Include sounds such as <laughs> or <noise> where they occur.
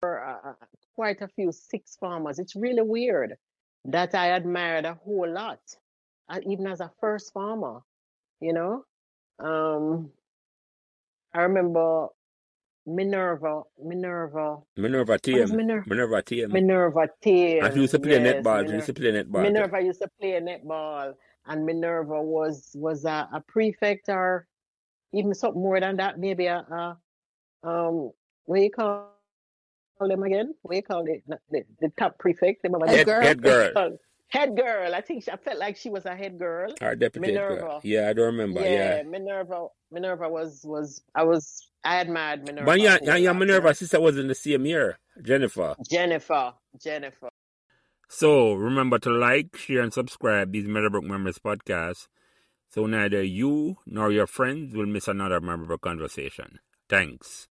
for uh, uh, quite a few six farmers. It's really weird that I admired a whole lot, uh, even as a first farmer. You know, um, I remember Minerva, Minerva. Minerva What is TM. Minerva? Minerva TM. Minerva And she used Tim. to play Yes, netball. She used Minerva. to play netball there. Minerva used to play netball, and Minerva was was a, a prefect or even something more than that. Maybe a, a um, what do you call them again? What do you call it? Not The, the top prefect, them over Head there. Head girl. head What you girl. call it? <laughs> head girl? I think she, I felt like she was a head girl. Our deputy head girl. Minerva, Yeah, I don't remember. Yeah. yeah, Minerva. Minerva was was I was I admired But Minerva a yeah, yeah, whole yeah, lot. You know, Minerva's sister was in the same year, Jennifer. Jennifer, Jennifer. So remember to like, share, and subscribe these Meadowbrook Members podcast so neither you nor your friends will miss another Meadowbrook conversation. Thanks.